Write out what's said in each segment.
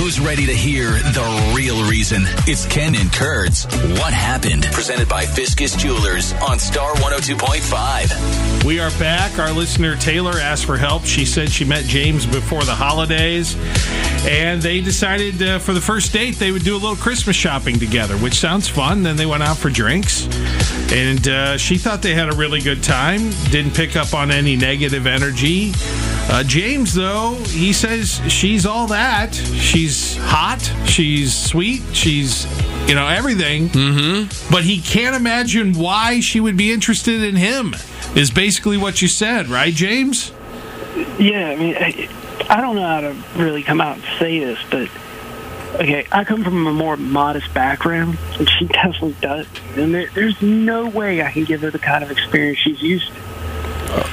Who's ready to hear the real reason? It's Ken and Kurt's What Happened? Presented by Fiscus Jewelers on Star 102.5. We are back. Our listener Taylor asked for help. She said she met James before the holidays, and they decided uh, for the first date they would do a little Christmas shopping together, which sounds fun. Then they went out for drinks, and uh, she thought they had a really good time. Didn't pick up on any negative energy. Uh, James, though, he says she's all that. She's hot. She's sweet. She's, you know, everything but he can't imagine why she would be interested in him is basically what you said right james Yeah, I mean, I, I don't know how to really come out and say this, but okay, I come from a more modest background, and she definitely does. And there, there's no way I can give her the kind of experience she's used to.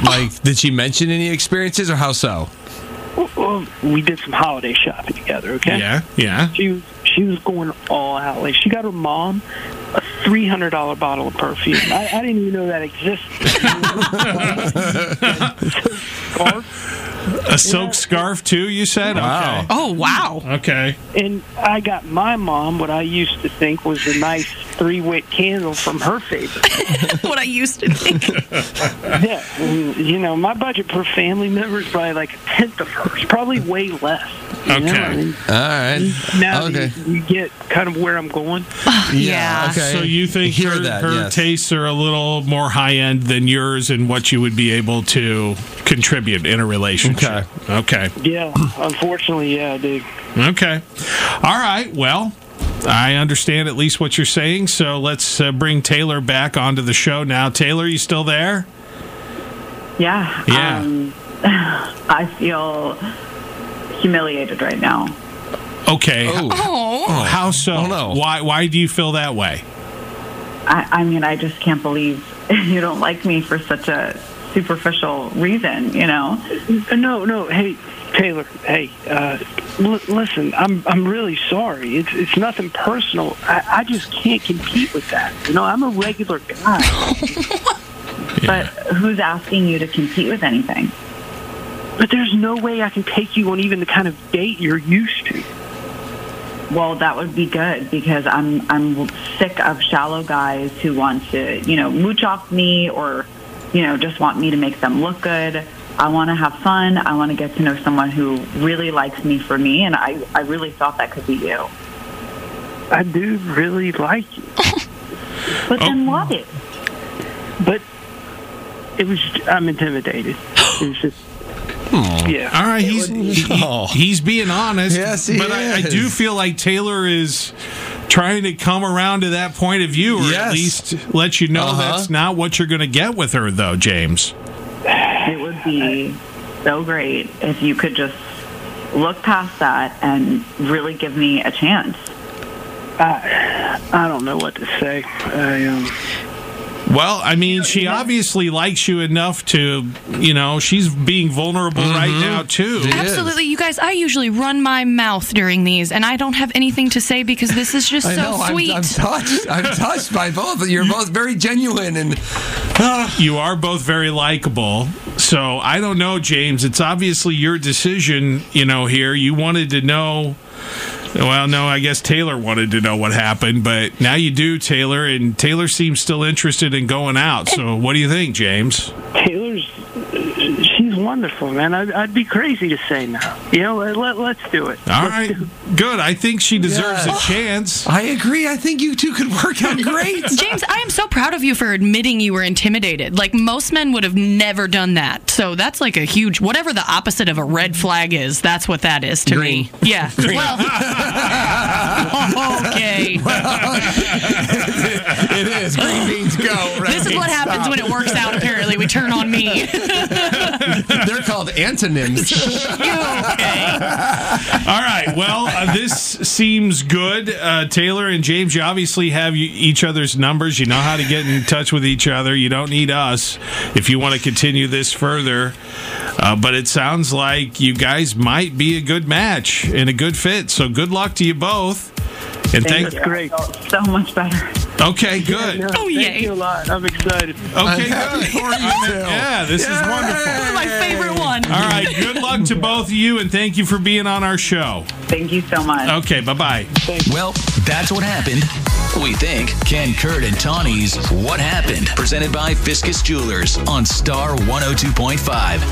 Like, did she mention any experiences or how so? Well, Well, we did some holiday shopping together, okay? yeah She was she was going all out. Like she got her mom a three hundred dollar bottle of perfume. I, I didn't even know that existed. Scarf. a silk scarf too you said Wow. Oh, wow. okay okay and I got my mom what I used to think was a nice three wick candle from her favorite. what I used to think. Yeah, and, you know my budget per family member is probably like a tenth of hers, probably way less. you know? Okay. I mean, All right. now Okay. you, you get kind of where I'm going. yeah. Okay. so you think Hear her, that, her yes. tastes are a little more high end than yours and what you would be able to contribute in a relationship okay okay Yeah, unfortunately, yeah, I do. Okay. All right. Well, I understand at least what you're saying. So let's uh, bring Taylor back onto the show now. Taylor, you still there? Yeah. Yeah. Um, I feel humiliated right now. Okay. Oh, Oh. How so? Oh, no. Why? Why do you feel that way? I, I mean, I just can't believe you don't like me for such a superficial reason, you know? No, no. Hey, Taylor. Hey, uh, l- listen. I'm I'm really sorry. It's it's nothing personal. I, I just can't compete with that. You know, I'm a regular guy. But who's asking you to compete with anything? But there's no way I can take you on even the kind of date you're used to. Well, that would be good because I'm I'm sick of shallow guys who want to, you know, mooch off me or, you know, just want me to make them look good. I want to have fun. I want to get to know someone who really likes me for me, and I I really thought that could be you. I do really like you, But then what? but it was I'm intimidated. It was just. Yeah. All right, he's he- Oh. he's being honest. Yes, he but I, I is. do feel like Taylor is trying to come around to that point of view, or at Yes. least let you know Uh-huh. that's not what you're going to get with her, though, James. It would be so great if you could just look past that and really give me a chance. I don't know what to say. I, um, Well, I mean, she obviously likes you enough to, you know, she's being vulnerable right now too. Yeah. is. Absolutely. You guys, I usually run my mouth during these, and I don't have anything to say because this is just I so know. I'm- sweet. I'm, touched. I'm touched by both. You're both very genuine and You are both very likable. So, I don't know, James, it's obviously your decision, you know, here. You wanted to know well, no, I guess Taylor wanted to know what happened, but now you do, Taylor, and Taylor seems still interested in going out. So, what do you think, James? Taylor's, she's wonderful, man. I'd, I'd be crazy to say no. You know, let, let's do it. All right. Good. I think she deserves Yeah. a chance. I agree. I think you two could work out great. James, I am so proud of you for admitting you were intimidated. Like most men would have never done that. So that's like a huge whatever the opposite of a red flag is. That's what that is to me. Yeah. Well. okay. it is. Green beans go. Right? This is what happens when it works out. Apparently, we turn on me. They're called antonyms. All right. Well, uh, this seems good. Uh, Taylor and James, you obviously have y- each other's numbers. You know how to get in touch with each other. You don't need us if you want to continue this further. Uh, but it sounds like you guys might be a good match and a good fit. So good luck to you both. And thank, Great. I felt so much better. Okay, good. No, Oh, thank yay. you a lot. I'm excited. Okay, happy good. for you, I'm- too. yeah, this is wonderful. My favorite one. All right, good luck to both of you, and thank you for being on our show. Thank you so much. Okay, bye bye. Well, that's what happened. We think Ken Kurt and oh Tawny's What Happened, presented by Fiscus Jewelers on Star 102.5.